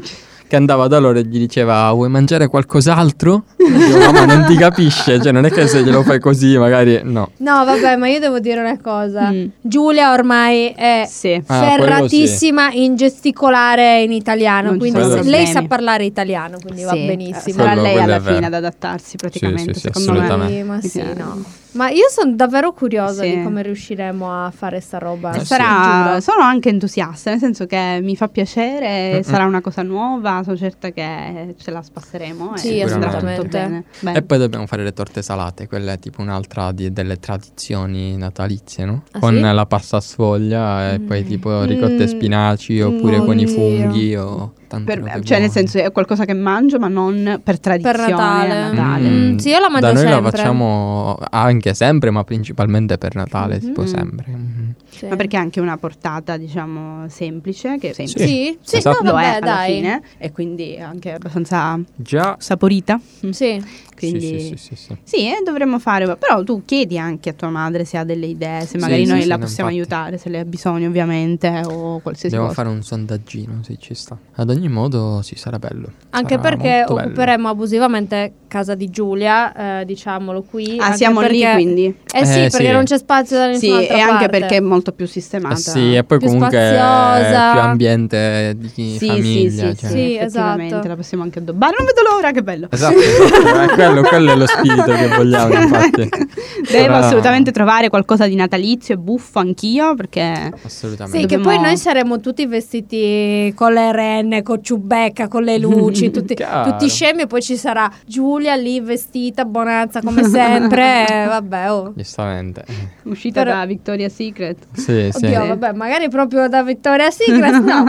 A: che andava da loro e gli diceva vuoi mangiare qualcos'altro? E io dicevo, "No, ma non ti capisce, cioè non è che se glielo fai così magari no.
B: No, vabbè, ma io devo dire una cosa.
C: Mm.
B: Giulia ormai è
C: Sì.
A: Ah,
B: ferratissima in gesticolare in italiano,
C: Non ci
B: quindi
A: sono
B: se- lei sa
C: problemi.
B: parlare italiano, quindi va
C: Sì,
B: benissimo.
C: Sarà
A: Quello-
C: lei
A: quello è
C: alla
A: vero.
C: fine ad adattarsi praticamente,
A: sì, sì,
C: secondo me.
A: assolutamente.
B: Sì, ma
C: Sì,
B: sì,
C: sì.
B: no. Ma io sono davvero curiosa
C: Sì.
B: di come riusciremo a fare sta roba.
A: Eh sì.
B: Giuro.
C: Sarà, sono anche entusiasta, nel senso che mi fa piacere,
A: Mm-mm.
C: sarà una cosa nuova, sono certa che ce la spasseremo
B: Sì,
C: e andrà tutto
B: assolutamente.
C: bene. Bene.
A: E poi dobbiamo fare le torte salate, quella è tipo un'altra di- delle tradizioni natalizie, no?
B: Ah,
A: con
B: sì?
A: la pasta a sfoglia e poi
C: Mm. Oh,
A: tipo ricotta
B: Mm.
A: e spinaci oppure
B: No,
A: con i
B: Dio.
A: funghi o tante
C: Per-
A: robe
C: cioè,
A: buone.
C: nel senso, è qualcosa che mangio, ma non per tradizione. a
B: Natale.
C: Natale.
B: Mm. sì, io la mangio
A: Da noi la
B: sempre.
A: facciamo anche sempre, ma principalmente per Natale,
B: Mm-hmm.
A: tipo
C: Mhm.
A: sempre. Mhm.
B: Sì.
C: Ma perché è anché una portata, diciamo, semplice, che semplice.
B: Sì, sì,
A: Esatto.
B: no,
C: Lo è
B: vabbè,
C: alla
B: dai.
C: fine e quindi è anche abbastanza
A: Già.
C: saporita.
B: Sì.
C: Quindi
A: Sì, sì, sì, sì, sì.
C: Sì, eh, dovremmo fare, però tu chiedi anche a tua madre se ha delle idee, se magari
A: sì,
C: noi
A: sì,
C: la
A: no,
C: possiamo
A: infatti.
C: aiutare, se le ha bisogno ovviamente o qualsiasi
A: Dobbiamo
C: cosa.
A: fare un sondaggino se ci sta. Ad ogni modo, sì, sarà bello.
B: Anche
A: Sarà
B: perché
A: Ah, molto bello. Eh
B: occuperemo abusivamente casa di Giulia, eh, diciamolo qui.
C: Ah,
B: anche
C: siamo lì
B: perché-
C: quindi.
B: Eh sì,
A: Eh,
B: perché
A: sì.
B: non c'è spazio da
C: Sì,
B: nessun'altra
C: e
B: parte.
C: anche perché è molto più sistemata.
A: Eh sì, e poi
B: Più
A: comunque
B: spaziosa.
A: è più ambiente di chi-
C: sì,
A: famiglia.
C: sì, sì,
A: cioè.
C: sì,
B: Sì,
C: effettivamente,
B: esatto.
C: la possiamo anche addobbare. Non vedo l'ora, che bello.
A: Esatto, esatto, eh, quello, quello è lo spirito che vogliamo, infatti.
C: Devo
A: Sarà-
C: assolutamente trovare qualcosa di natalizio e buffo anch'io perché
A: Assolutamente.
B: Sì, che
C: Dobbiamo-
B: poi noi saremo tutti vestiti con le renne, con ciubecca, con le luci, tutti,
A: Chiaro.
B: tutti scemi e poi ci sarà Giulia lì vestita, bonanza come sempre, e vabbè, oh.
A: Giustamente.
C: uscita
B: Però-
C: da Victoria's Secret.
A: Sì, Eh, sì.
B: Oddio,
C: Sì.
B: vabbè, magari proprio da Vittoria Secret, no,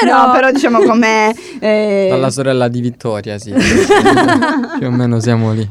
B: però...
C: No, però diciamo come eh,
A: Dalla sorella di Vittoria, sì. Più o meno siamo lì.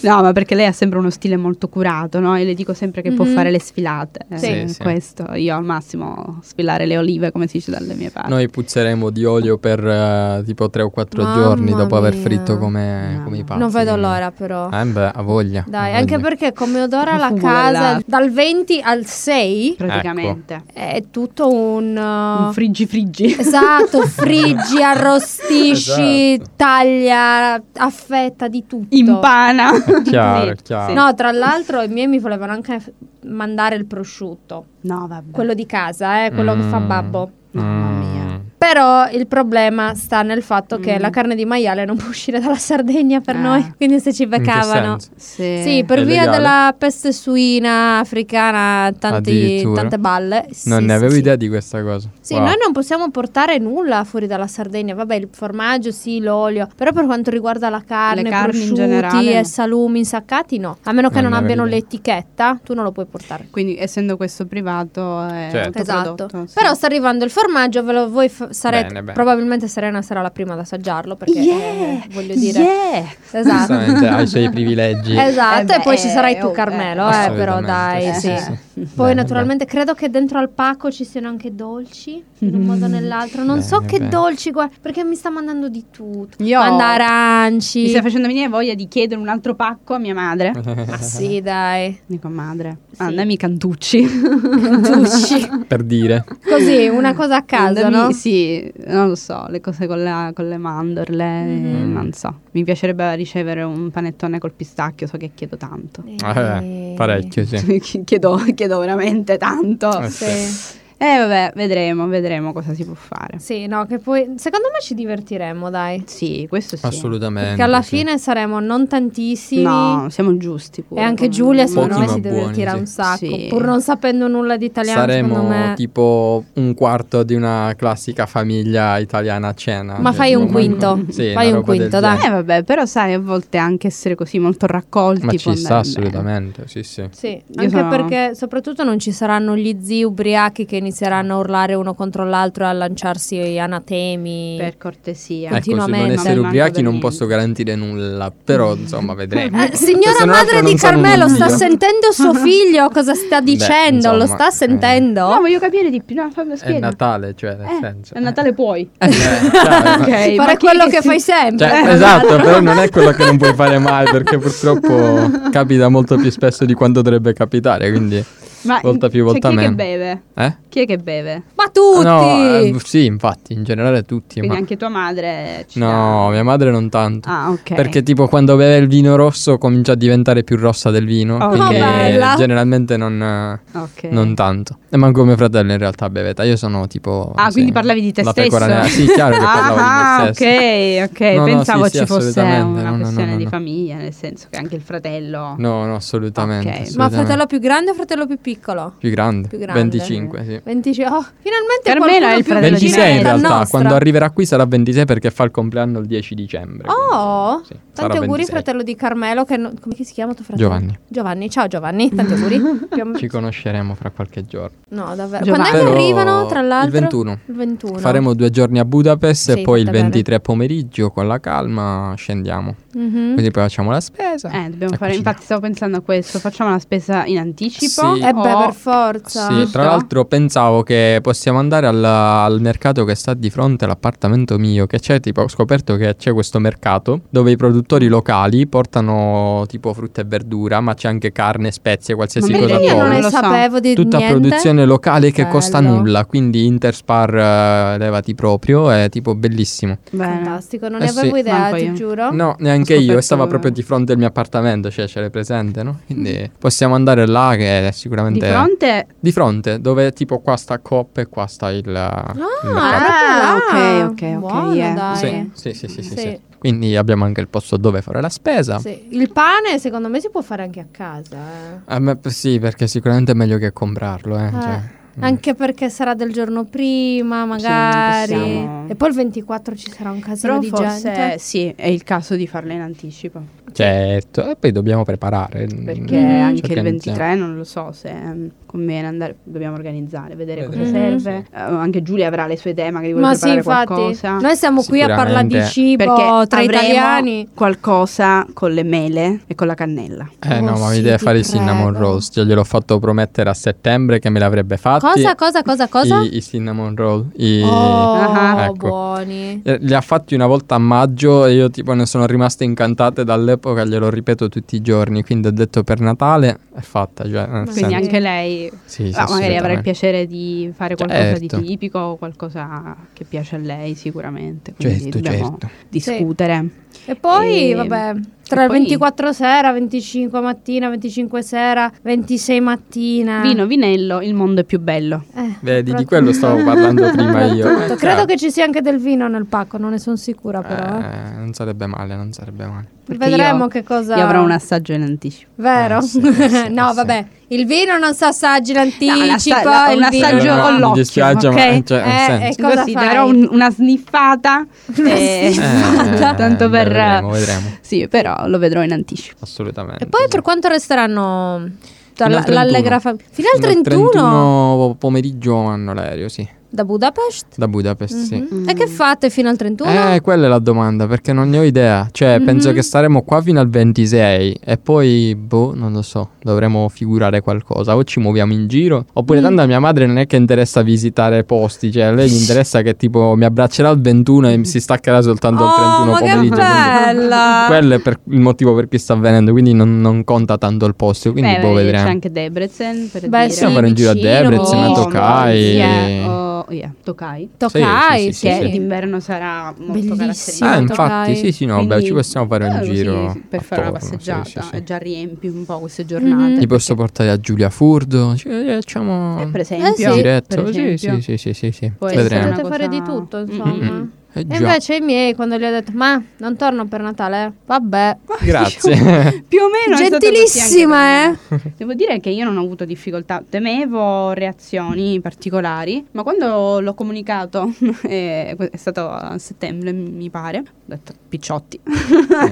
C: No, ma perché lei ha sempre uno stile molto curato, no? E le dico sempre che può
B: Mhm.
C: fare le sfilate.
B: Sì.
C: Eh,
A: Sì, sì.
C: Questo, io al massimo sfilare le olive, come si dice dalle mie parti.
A: Ah. Noi puzzeremo di olio per eh, tipo 3 o 4
B: Mamma
A: giorni dopo aver
B: mia.
A: fritto come,
C: Mamma.
A: come i pazzi.
B: Non vedo
A: quindi-
B: l'ora però.
A: Eh beh, a voglia.
B: Dai,
A: a
B: anche
A: voglia.
B: perché come odora la
C: Profumo
B: casa
C: della-
B: dal 20 al 6
A: ecco.
C: Praticamente.
B: è tutto un... uh,
C: Un friggi friggi.
B: Esatto, friggi, arrostisci,
A: Esatto.
B: taglia, affetta di tutto.
C: Impana.
A: chiaro,
C: Sì,
A: chiaro.
C: sì.
B: No, tra l'altro i miei mi volevano anche f- mandare il prosciutto,
C: No, vabbè.
B: quello di casa, eh, quello che fa
A: Mm.
B: babbo.
C: Mamma mia.
A: Mm.
B: Però il problema sta nel fatto che
C: Mm.
B: la carne di maiale non può uscire dalla Sardegna per
C: Ah.
B: noi, quindi se ci
A: In che
B: beccavano.
A: senso?
C: Sì.
B: Sì, per
A: È
B: via
A: legale?
B: della peste suina africana, tanti,
A: Addirittura?
B: tante balle.
A: Non
B: Sì,
A: ne
B: sì,
A: avevo
B: sì.
A: idea di questa cosa.
B: Sì,
A: Wow.
B: noi non possiamo portare nulla fuori dalla Sardegna, vabbè il formaggio sì, l'olio, però per quanto riguarda la carne,
C: Le carni in
B: prosciutti
C: generale, no.
B: e salumi insaccati no, a meno che
A: Non
B: non,
A: ne
B: abbiano
A: avevo idea.
B: l'etichetta tu non lo puoi portare.
C: Quindi essendo questo privato è
A: Certo.
C: autoprodotto,
B: Esatto,
C: sì.
B: però sta arrivando il formaggio, ve lo- voi f- sarete,
A: Bene, bene.
B: probabilmente Serena sarà la prima ad assaggiarlo perché
C: Yeah,
B: eh, voglio dire,
C: yeah.
B: esatto.
A: Giustamente, ha i suoi privilegi.
B: Esatto,
C: Eh beh,
B: e poi ci sarai
C: eh,
B: tu
C: oh,
B: Carmelo, eh,
A: Assolutamente,
B: però dai,
C: eh,
B: sì.
C: sì,
B: Poi
A: Bene,
B: naturalmente credo che dentro al pacco ci siano anche dolci, in un modo o nell'altro. Non
A: Bene,
B: so che
A: bene.
B: dolci, guarda, perché mi sta mandando di tutto.
C: Io-
B: Manda
C: Mi
B: aranci.
C: stai facendo venire voglia di chiedere un altro pacco a mia madre.
A: bene.
B: Ma sì, dai.
C: Dico madre,
B: Sì.
C: andami i cantucci.
B: Cantucci.
A: per dire.
B: Così, una cosa a caso,
C: Andami-
B: no?
C: Sì, non lo so, le cose con, la- con le mandorle,
A: Mm-hmm.
B: Mhm.
C: non so. Mi piacerebbe ricevere un panettone col pistacchio, so che chiedo tanto.
A: Eh, parecchio, sì.
C: chiedo, chiedo veramente tanto.
A: Eh,
B: Sì.
C: Eh vabbè, vedremo, vedremo cosa si può fare.
B: Sì, no, che poi secondo me ci divertiremo, dai.
C: Sì, questo sì.
A: Assolutamente.
B: Perché alla
A: sì.
B: fine saremo non tantissimi.
C: No, siamo giusti pure.
B: E anche
C: come-
B: Giulia secondo
A: Pochi,
B: me
A: ma
B: si
A: buoni,
B: divertirà
A: sì.
B: un sacco,
C: Sì.
B: pur non sapendo nulla di italiano,
A: Saremo
B: secondo me.
A: tipo un quarto di una classica famiglia italiana a cena.
B: Ma
A: cioè,
B: fai
A: tipo
B: un quinto,
A: manco- sì, una
B: fai un
A: roba del
B: quinto, dai.
A: genere.
C: Eh vabbè, però sai, a volte anche essere così molto raccolti
A: Ma
C: può
A: ci sta
C: andare bene.
A: assolutamente, sì, Ecco, sì.
B: Sì,
C: Io
B: anche
C: sono-
B: perché soprattutto non ci saranno gli zii ubriachi che inizieranno a urlare uno contro l'altro e a lanciarsi anatemi.
C: Per cortesia.
A: Ecco, se non
B: Continuamente,
A: essere
C: non manco
A: ubriachi
C: per
A: non
C: niente.
A: posso garantire nulla, però insomma vedremo.
B: Eh, signora
A: Se non altro
B: madre di
A: non sono un
B: Carmelo, sta
A: zio.
B: sentendo suo figlio cosa sta
A: Beh,
B: dicendo? Lo
A: insomma,
B: sta
A: eh.
B: sentendo?
C: No, voglio capire di più. No, fammi
A: È
C: spiegare.
A: Natale, cioè nel
B: Eh,
A: senso.
C: Eh, a Natale puoi.
A: Eh, eh, chiaro, ma-
C: Ok,
B: Fare
C: ma chi-
B: quello che,
C: che si-
B: fai sempre.
A: Cioè,
B: Eh,
A: esatto, però non è quello che non puoi fare mai perché purtroppo capita molto più spesso di quanto dovrebbe capitare, quindi
C: Ma
A: Volta più,
C: cioè,
A: volta
C: chi è che
A: meno.
C: beve?
A: Eh?
C: Chi è che beve?
B: Ma tutti!
A: No, eh, sì, infatti, in generale tutti.
C: Quindi
A: Ma...
C: anche tua madre ci
A: No, mia madre non tanto.
C: dà- Ah, ok.
A: Perché tipo quando beve il vino rosso comincia a diventare più rossa del vino.
C: Oh,
A: quindi
C: che
B: bella.
A: eh, generalmente non, eh,
C: Ok.
A: non tanto. E manco mio fratello in realtà beveta. Io sono tipo...
C: Ah,
A: sì,
C: quindi parlavi di te
A: la
C: stesso?
A: pecora nera. Sì, chiaro che parlavo di
C: ah,
A: me stesso.
C: ok, ok.
A: No, no,
C: Pensavo
A: sì, sì,
C: ci fosse
A: assolutamente.
C: una
A: No, no, no,
C: questione
A: no,
C: di
A: no.
C: famiglia, nel senso che anche il fratello...
A: No, no, assolutamente.
C: Ok. Ma
B: Ma
A: assolutamente.
B: fratello più grande o fratello più piccolo?
A: Più grande,
B: Più grande.
A: 25, sì.
B: 25. Oh, finalmente
C: Per me
B: qualcuno
C: era il
B: più
C: fratello di
B: vicino
A: 26 in
B: alla
A: realtà,
B: nostra.
A: quando arriverà qui sarà 26 perché fa il compleanno il 10 dicembre.
B: Oh,
A: quindi, sì, sarà
B: tanti auguri
A: 26.
B: fratello di Carmelo che no- come si chiama tuo fratello?
A: Giovanni.
B: Giovanni, ciao Giovanni, tanti auguri. Più-
A: Ci conosceremo fra qualche giorno.
B: No, davvero.
C: Giovanni.
B: Quando è che
A: Però
B: arrivano tra l'altro?
A: Il 21.
B: Il 21.
A: Faremo due giorni a Budapest
B: Sì,
A: e poi il
B: fatta bene.
A: 23 pomeriggio con la calma scendiamo.
B: Mhm.
A: Quindi poi facciamo la spesa.
C: Eh, dobbiamo
A: E
C: fare...
A: cuciniamo.
C: Infatti stavo pensando a questo. Facciamo la spesa in anticipo?
A: Sì.
B: Eh beh,
C: o-
B: per forza.
A: Sì, tra l'altro pensavo che possiamo andare alla- al mercato che sta di fronte all'appartamento mio, che c'è tipo, ho scoperto che c'è questo mercato dove i produttori locali portano tipo frutta e verdura, ma c'è anche carne, spezie, qualsiasi
C: Ma
B: Perché
A: cosa
C: vedi,
B: io non
A: trovi.
B: ne
C: Lo so.
B: sapevo di
A: Tutta
B: niente.
A: produzione locale che costa
B: Bello.
A: nulla, quindi Interspar eh, levati proprio, è tipo bellissimo.
C: Bene.
B: Fantastico, non
A: Eh
B: ne avevo
A: sì.
B: idea,
C: Manco
B: ti
C: io.
B: giuro.
A: No, neanche
C: Ho
A: io, e
C: scoperto-
A: stava proprio di fronte al mio appartamento, cioè ce l'hai presente, no? Quindi possiamo andare là che è
C: Di
A: sicuramente...
C: fronte...
A: Di fronte, dove tipo qua sta Coop e qua sta il... Ah,
B: proprio
C: Ah,
B: là.
C: ok, eh, ok, ok,
B: Buono,
C: yeah.
B: dai.
A: sì, sì, sì, sì, sì,
B: Sì.
A: sì. Quindi abbiamo anche il posto dove fare la spesa.
B: Sì, Il pane secondo me si può fare anche a casa. eh.
A: Ah, ma- sì, perché sicuramente è meglio che comprarlo, eh. cioè, mm.
B: Anche perché sarà del giorno prima, magari.
C: possiamo-
B: e poi il 24 ci sarà un casino
C: Però
B: di
C: forse
B: gente.
C: sì, è il caso di farla in anticipo.
A: Certo, e poi dobbiamo preparare. mm,
C: Perché
B: Mm.
A: ci
C: anche il
A: organizziamo.
C: 23 non lo so se ehm, conviene andare, dobbiamo organizzare, vedere cosa
A: Vedremo,
C: serve.
A: sì.
C: Eh, anche Giulia avrà le sue idee, magari vuole
B: Ma sì,
C: preparare
B: infatti,
C: qualcosa.
B: noi siamo qui a parlare di
A: Sicuramente.
B: cibo
C: perché
B: tra
C: avremo
B: italiani.
C: qualcosa con le mele e con la cannella.
A: Eh no,
B: Oh,
A: ma mi
B: sì,
A: deve
B: ti
A: fare il cinnamon
B: prego.
A: rolls. Cioè, gliel'ho fatto promettere a settembre che me l'avrebbe fatto.
B: Cosa, cosa, cosa, cosa?
A: I, i cinnamon roll. i-
B: Oh,
C: Ah,
A: ecco.
B: buoni.
A: Eh, Li ha fatti una volta a maggio e io tipo ne sono rimasto incantate dall'epoca, glielo ripeto tutti i giorni, quindi ho detto per Natale è fatta. Cioè, nel
B: Quindi
A: senso-
C: Quindi anche lei
A: Sì, sì,
C: ah, magari avrà il
A: assolutamente.
C: piacere di fare qualcosa
A: Certo.
C: di tipico o qualcosa che piace a lei sicuramente. Quindi
A: Certo,
C: dobbiamo
A: certo.
C: discutere.
B: E poi,
C: E-
B: vabbè, tra
C: e
B: il
C: poi-
B: 24 sera, 25 mattina, 25 sera, 26 mattina.
C: Vino, vinello, il mondo è più bello.
B: Eh,
A: Vedi, di
B: soprattutto-
A: quello stavo parlando prima io. Eh,
B: soprattutto. Credo
A: certo.
B: che ci sia anche del vino nel pacco, non ne sono sicura però.
A: Eh,
B: eh.
A: non sarebbe male, non sarebbe male.
C: perché
B: Vedremo
C: io-
B: che cosa...
C: Io avrò un assaggio in anticipo.
B: Vero?
A: Eh, sì, eh, sì,
B: no,
A: eh,
B: vabbè, il vino non sa assaggi l'anticipo,
C: No, l'assa- la-
B: il
C: un
B: vino...
C: assaggio
A: Cioè, no,
C: con
A: mi
C: l'occhio,
A: dispiace, ma,
C: ok?
A: cioè, nel
B: Eh,
A: senso.
B: eh, Cosa
C: Così
B: fai?
C: darò un- una sniffata.
B: Una sniffata.
C: Eh, tanto per...
A: Eh, Vedremo, vedremo.
C: Sì, però lo vedrò in anticipo.
A: Assolutamente.
B: E poi
A: sì.
B: per quanto resteranno
A: al
B: dalla-
A: 31.
B: l'allegra famiglia? Fino al 31,
A: 31 pomeriggio hanno l'aereo, sì,
B: da Budapest?
A: da Budapest, sì. Mm.
B: Mhm. E che fate fino al 31?
A: Eh, quella è la domanda, perché non ne ho idea. Cioè,
B: Mhm.
A: penso che staremo qua fino al 26 e poi, boh, non lo so, dovremo figurare qualcosa. O ci muoviamo in giro,
C: Mm.
A: oppure tanto a mia madre non è che interessa visitare posti, cioè a lei gli interessa che tipo mi abbraccerà il 21 e si staccherà soltanto il
B: oh,
A: 31
B: ma che
A: pomeriggio. quindi
B: bella!
A: Quello è per- il motivo per cui sta avvenendo, quindi non, non conta tanto il posto, quindi
C: Eh, Beh,
A: boh,
C: vedi,
A: vedremo.
C: C'è anche Debrecen, per
B: Beh,
C: dire.
B: sì,
A: Possiamo fare un giro a
B: vicino,
A: Debrecen, a
B: vicino.
A: Tokai.
C: Yeah, oh, yeah, Tokai.
A: sì, sì,
B: Tokai, sì.
C: Che
A: sì.
C: d'inverno sarà molto
B: Bellissimo.
A: Ah,
C: caratterizzato.
B: Tokai.
A: infatti, sì, sì, no, beh,
C: Quindi-
A: ci possiamo fare un
C: Eh, così,
A: giro
C: sì, per fare una
A: attorno, sì,
C: passeggiata
A: sì, sì.
C: e già riempi un po' queste giornate.
B: Mhm.
A: Ti posso
C: perché-
A: portare a Giulia Furdo, ci- eh, facciamo
C: eh, per
A: un
C: esempio,
B: sì.
A: giretto.
C: per
A: Sì, sì,
C: esempio.
A: sì, sì, sì, sì.
C: Può essere
A: vedremo.
C: una
B: Potete fare di
C: cosa-
B: tutto,
C: Mm,
B: insomma.
A: Mm, mm. Eh,
B: Esatto. E
A: già.
B: invece i miei quando gli ho detto "Ma non torno per Natale", eh?" vabbè.
A: Grazie.
C: Più o meno è stato così anche
B: Gentilissima,
C: per
B: eh.
C: me. Devo dire che io non ho avuto difficoltà, temevo reazioni particolari, ma quando l'ho comunicato, eh, que- è stato a settembre mi pare, ho detto picciotti,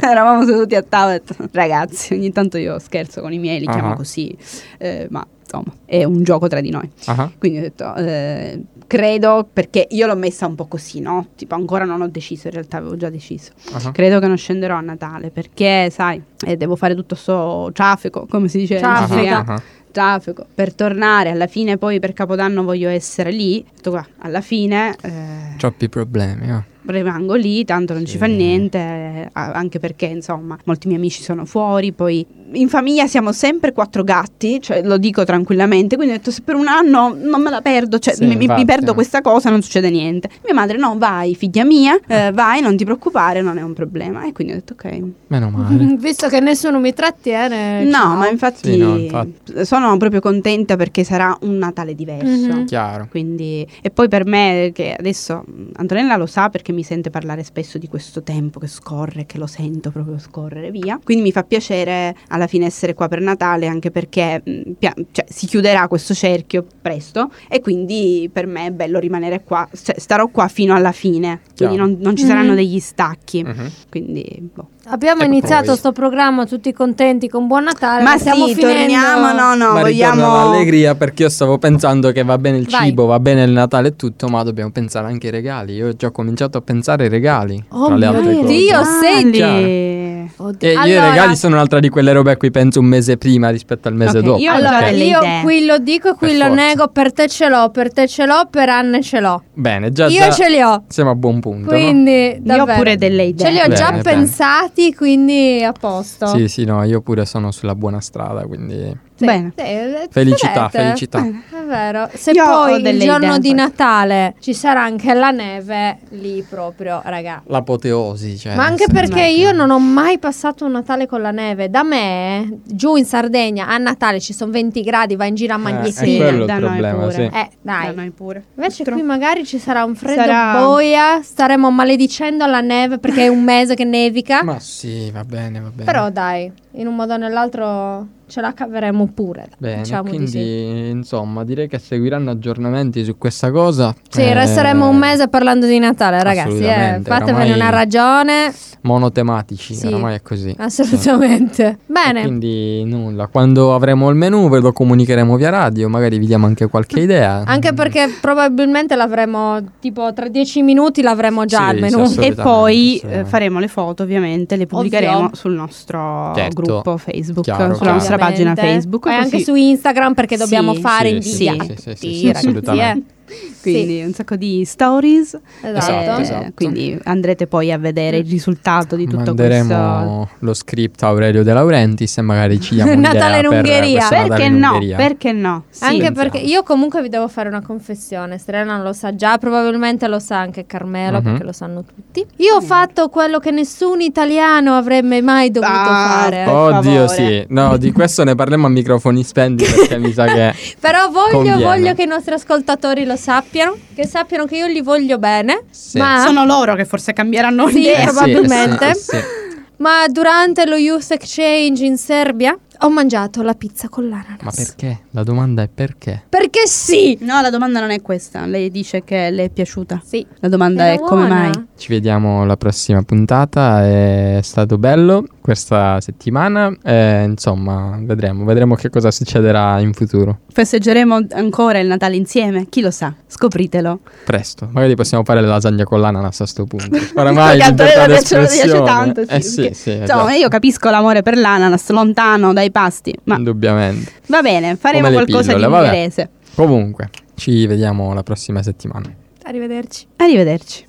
C: eravamo seduti a tavola e ho detto ragazzi ogni tanto io scherzo con i miei, li chiamo
A: Ah.
C: così, eh, ma insomma è un gioco tra di noi.
A: Ah,
C: Quindi ho detto, eh, credo, perché io l'ho messa un po' così, no? Tipo ancora non ho deciso, in realtà avevo già deciso.
A: ah.
C: Credo che non scenderò a Natale perché, sai, eh, devo fare tutto sto traffico, come si dice in
A: Ah, ah,
B: Traffico.
C: siciliano.
A: ah, ah.
C: Traffico. Per tornare alla fine, poi per Capodanno voglio essere lì. Ho detto, "Guarda, alla fine... eh,
A: Troppi problemi. eh.
C: rimango lì, tanto non ci fa
A: Cioè Sì.
C: niente, eh, a- anche perché insomma molti miei amici sono fuori, poi in famiglia siamo sempre quattro gatti, cioè, lo dico tranquillamente, quindi ho detto se per un anno non me la perdo, cioè,
A: Sì,
C: mi- mi, mi
A: infatti.
C: perdo questa cosa, non succede niente. Mia madre no, vai figlia mia,
A: Ah.
C: eh, vai, non ti preoccupare, non è un problema. E quindi ho detto ok,
A: Meno male.
B: Visto che nessuno mi trattiene.
C: No,
B: ciao.
C: ma infatti,
A: Sì, no, infatti.
C: sono proprio contenta perché sarà un Natale diverso.
B: Mhm.
A: Chiaro.
C: Quindi, e poi per me, che adesso mh, Antonella lo sa perché mi sente parlare spesso di questo tempo che scorre, che lo sento proprio scorrere via. Quindi mi fa piacere alla fine essere qua per Natale, anche perché mh, pia- cioè, si chiuderà questo cerchio presto. E quindi per me è bello rimanere qua, cioè, starò qua fino alla fine.
A: Chiaro.
C: Quindi non, non ci saranno
B: Mhm.
C: degli stacchi.
A: Mhm.
C: Quindi, boh.
B: Abbiamo
A: E
B: iniziato
A: poi?
B: sto programma tutti contenti con Buon Natale.
C: Ma
B: stiamo
C: sì,
B: finendo.
C: torniamo. No, no,
A: ma ritorno
C: vogliamo.
A: all'allegria perché io stavo pensando che va bene il
B: Vai.
A: cibo, va bene il Natale e tutto, ma dobbiamo pensare anche ai regali. Io ho già cominciato a pensare ai regali.
B: Oh
A: tra le
B: mio
A: altre cose.
B: Dio, senti.
C: Chiaro.
B: Oddio.
A: E io i
B: Allora-
A: regali sono un'altra di quelle robe a cui penso un mese prima rispetto al mese
C: Ok,
A: dopo.
C: io ho già
B: Allora,
A: perché-
C: delle
B: io
C: idee.
B: qui lo dico e qui
A: Per
B: lo
A: forza.
B: nego, per te ce l'ho, per te ce l'ho, per Anne ce l'ho.
A: Bene, già,
B: io
A: già
B: ce li ho.
A: siamo a buon punto. no?
B: Quindi,
C: Io ho
B: davvero.
C: pure delle idee.
B: Ce li ho già
A: Bene, bene.
B: pensati, quindi a posto.
A: Sì, sì, no, io pure sono sulla buona strada, quindi
C: Bene.
B: Sì, eh,
A: felicità,
B: vedete?
A: felicità.
B: È vero. Se
C: Io ho
B: poi il
C: delle
B: giorno
C: idee,
B: di
C: infatti.
B: Natale ci sarà anche la neve lì proprio, raga.
A: L'apoteosi, cioè.
B: Ma
A: nel
B: anche
A: senso
B: perché
A: che-
B: io non ho mai passato un Natale con la neve. Da me, giù in Sardegna, a Natale ci sono 20 gradi, vai in giro a
A: Eh,
B: magliettina.
A: è quello il
C: Da noi
A: problema,
C: pure.
A: sì.
B: Eh, dai.
C: Da noi pure.
B: Invece
C: Tro-
B: qui magari ci sarà un freddo
C: Sarà-
B: boia, staremo maledicendo la neve perché è un mese che nevica.
A: Ma sì, va bene, va bene.
B: Però dai, in un modo o nell'altro ce la caveremo pure.
A: Bene,
B: diciamo
A: quindi
B: di sì.
A: insomma direi che seguiranno aggiornamenti su questa cosa.
B: Sì,
A: Eh,
B: resteremo un mese parlando di Natale, ragazzi. Eh.
A: assolutamente,
B: Fatevene
A: oramai-
B: una ragione,
A: Monotematici,
B: Sì.
A: ormai è così.
B: assolutamente.
A: E
B: Bene,
A: Quindi nulla, quando avremo il menu ve lo comunicheremo via radio, magari vi diamo anche qualche idea.
B: anche perché probabilmente l'avremo tipo tra dieci minuti l'avremo già
A: Sì,
B: al
A: sì,
B: menu.
A: assolutamente.
C: E poi eh,
A: assolutamente.
C: faremo le foto, ovviamente, le pubblicheremo
B: Ovvio.
C: sul nostro
A: Certo.
C: gruppo Facebook,
A: Chiaro,
C: sulla
A: chiaro.
C: nostra pagina
B: Ovviamente.
C: Facebook.
B: E
C: così-
B: anche su Instagram perché
C: Sì,
B: dobbiamo fare
A: sì,
B: invidia
C: sì,
B: a
C: sì,
B: tutti,
A: sì, sì,
B: i ragazzi,
A: assolutamente.
B: eh.
C: Quindi un sacco di stories.
B: Sì, esatto.
A: Eh,
C: Quindi andrete poi a vedere il risultato di tutto questo.
A: Manderemo lo script a Aurelio De Laurentiis e magari ci diamo un'idea
B: Natale in
A: per
B: Ungheria.
A: questo Natale
C: Perché
A: in
C: no?
A: Ungheria.
C: Perché no? Sì.
B: Anche
A: Pensiamo.
B: perché io comunque vi devo fare una confessione, Strella non lo sa già, probabilmente lo sa anche Carmelo
A: Mhm.
B: perché lo sanno tutti. Io
C: Mm.
B: ho fatto quello che nessun italiano avrebbe mai dovuto
C: Ah,
B: fare.
C: per
A: Oddio
C: favore.
A: sì, no di questo ne parliamo a microfoni spenti perché mi sa che
B: Però voglio,
A: Conviene.
B: voglio che i nostri ascoltatori lo sappiano, che sappiano che io li voglio bene,
A: Sì.
B: ma,
C: Sono loro che forse cambieranno
B: Ah? Sì,
A: Eh
C: idea.
A: sì, eh sì,
B: probabilmente.
A: eh sì.
B: ma durante lo Youth Exchange in Serbia ho mangiato la pizza con l'ananas.
A: Ma perché? La domanda è perché?
B: Perché sì!
C: No, la domanda non è questa. Lei dice che le è piaciuta.
B: Sì.
C: La domanda
B: Era
C: è come
B: buona.
C: mai?
A: Ci vediamo alla prossima puntata, è stato bello questa settimana, eh, insomma vedremo, vedremo che cosa succederà in futuro.
C: Festeggeremo ancora il Natale insieme? Chi lo sa? Scopritelo.
A: Presto, magari possiamo fare le lasagne con l'ananas a sto punto. Oramai
C: Perché a te
A: libertà
C: adesso non
A: d'espressione.
C: piace tanto, sì,
A: eh sì,
C: perché-
A: sì,
C: Insomma,
A: esatto,
C: io capisco l'amore per l'ananas, lontano dai pasti, ma
A: indubbiamente.
C: va bene, faremo
A: Mm. Come le
C: qualcosa
A: pillole,
C: di
A: vabbè.
C: ungherese.
A: Comunque, ci vediamo la prossima settimana.
B: Arrivederci.
C: Arrivederci.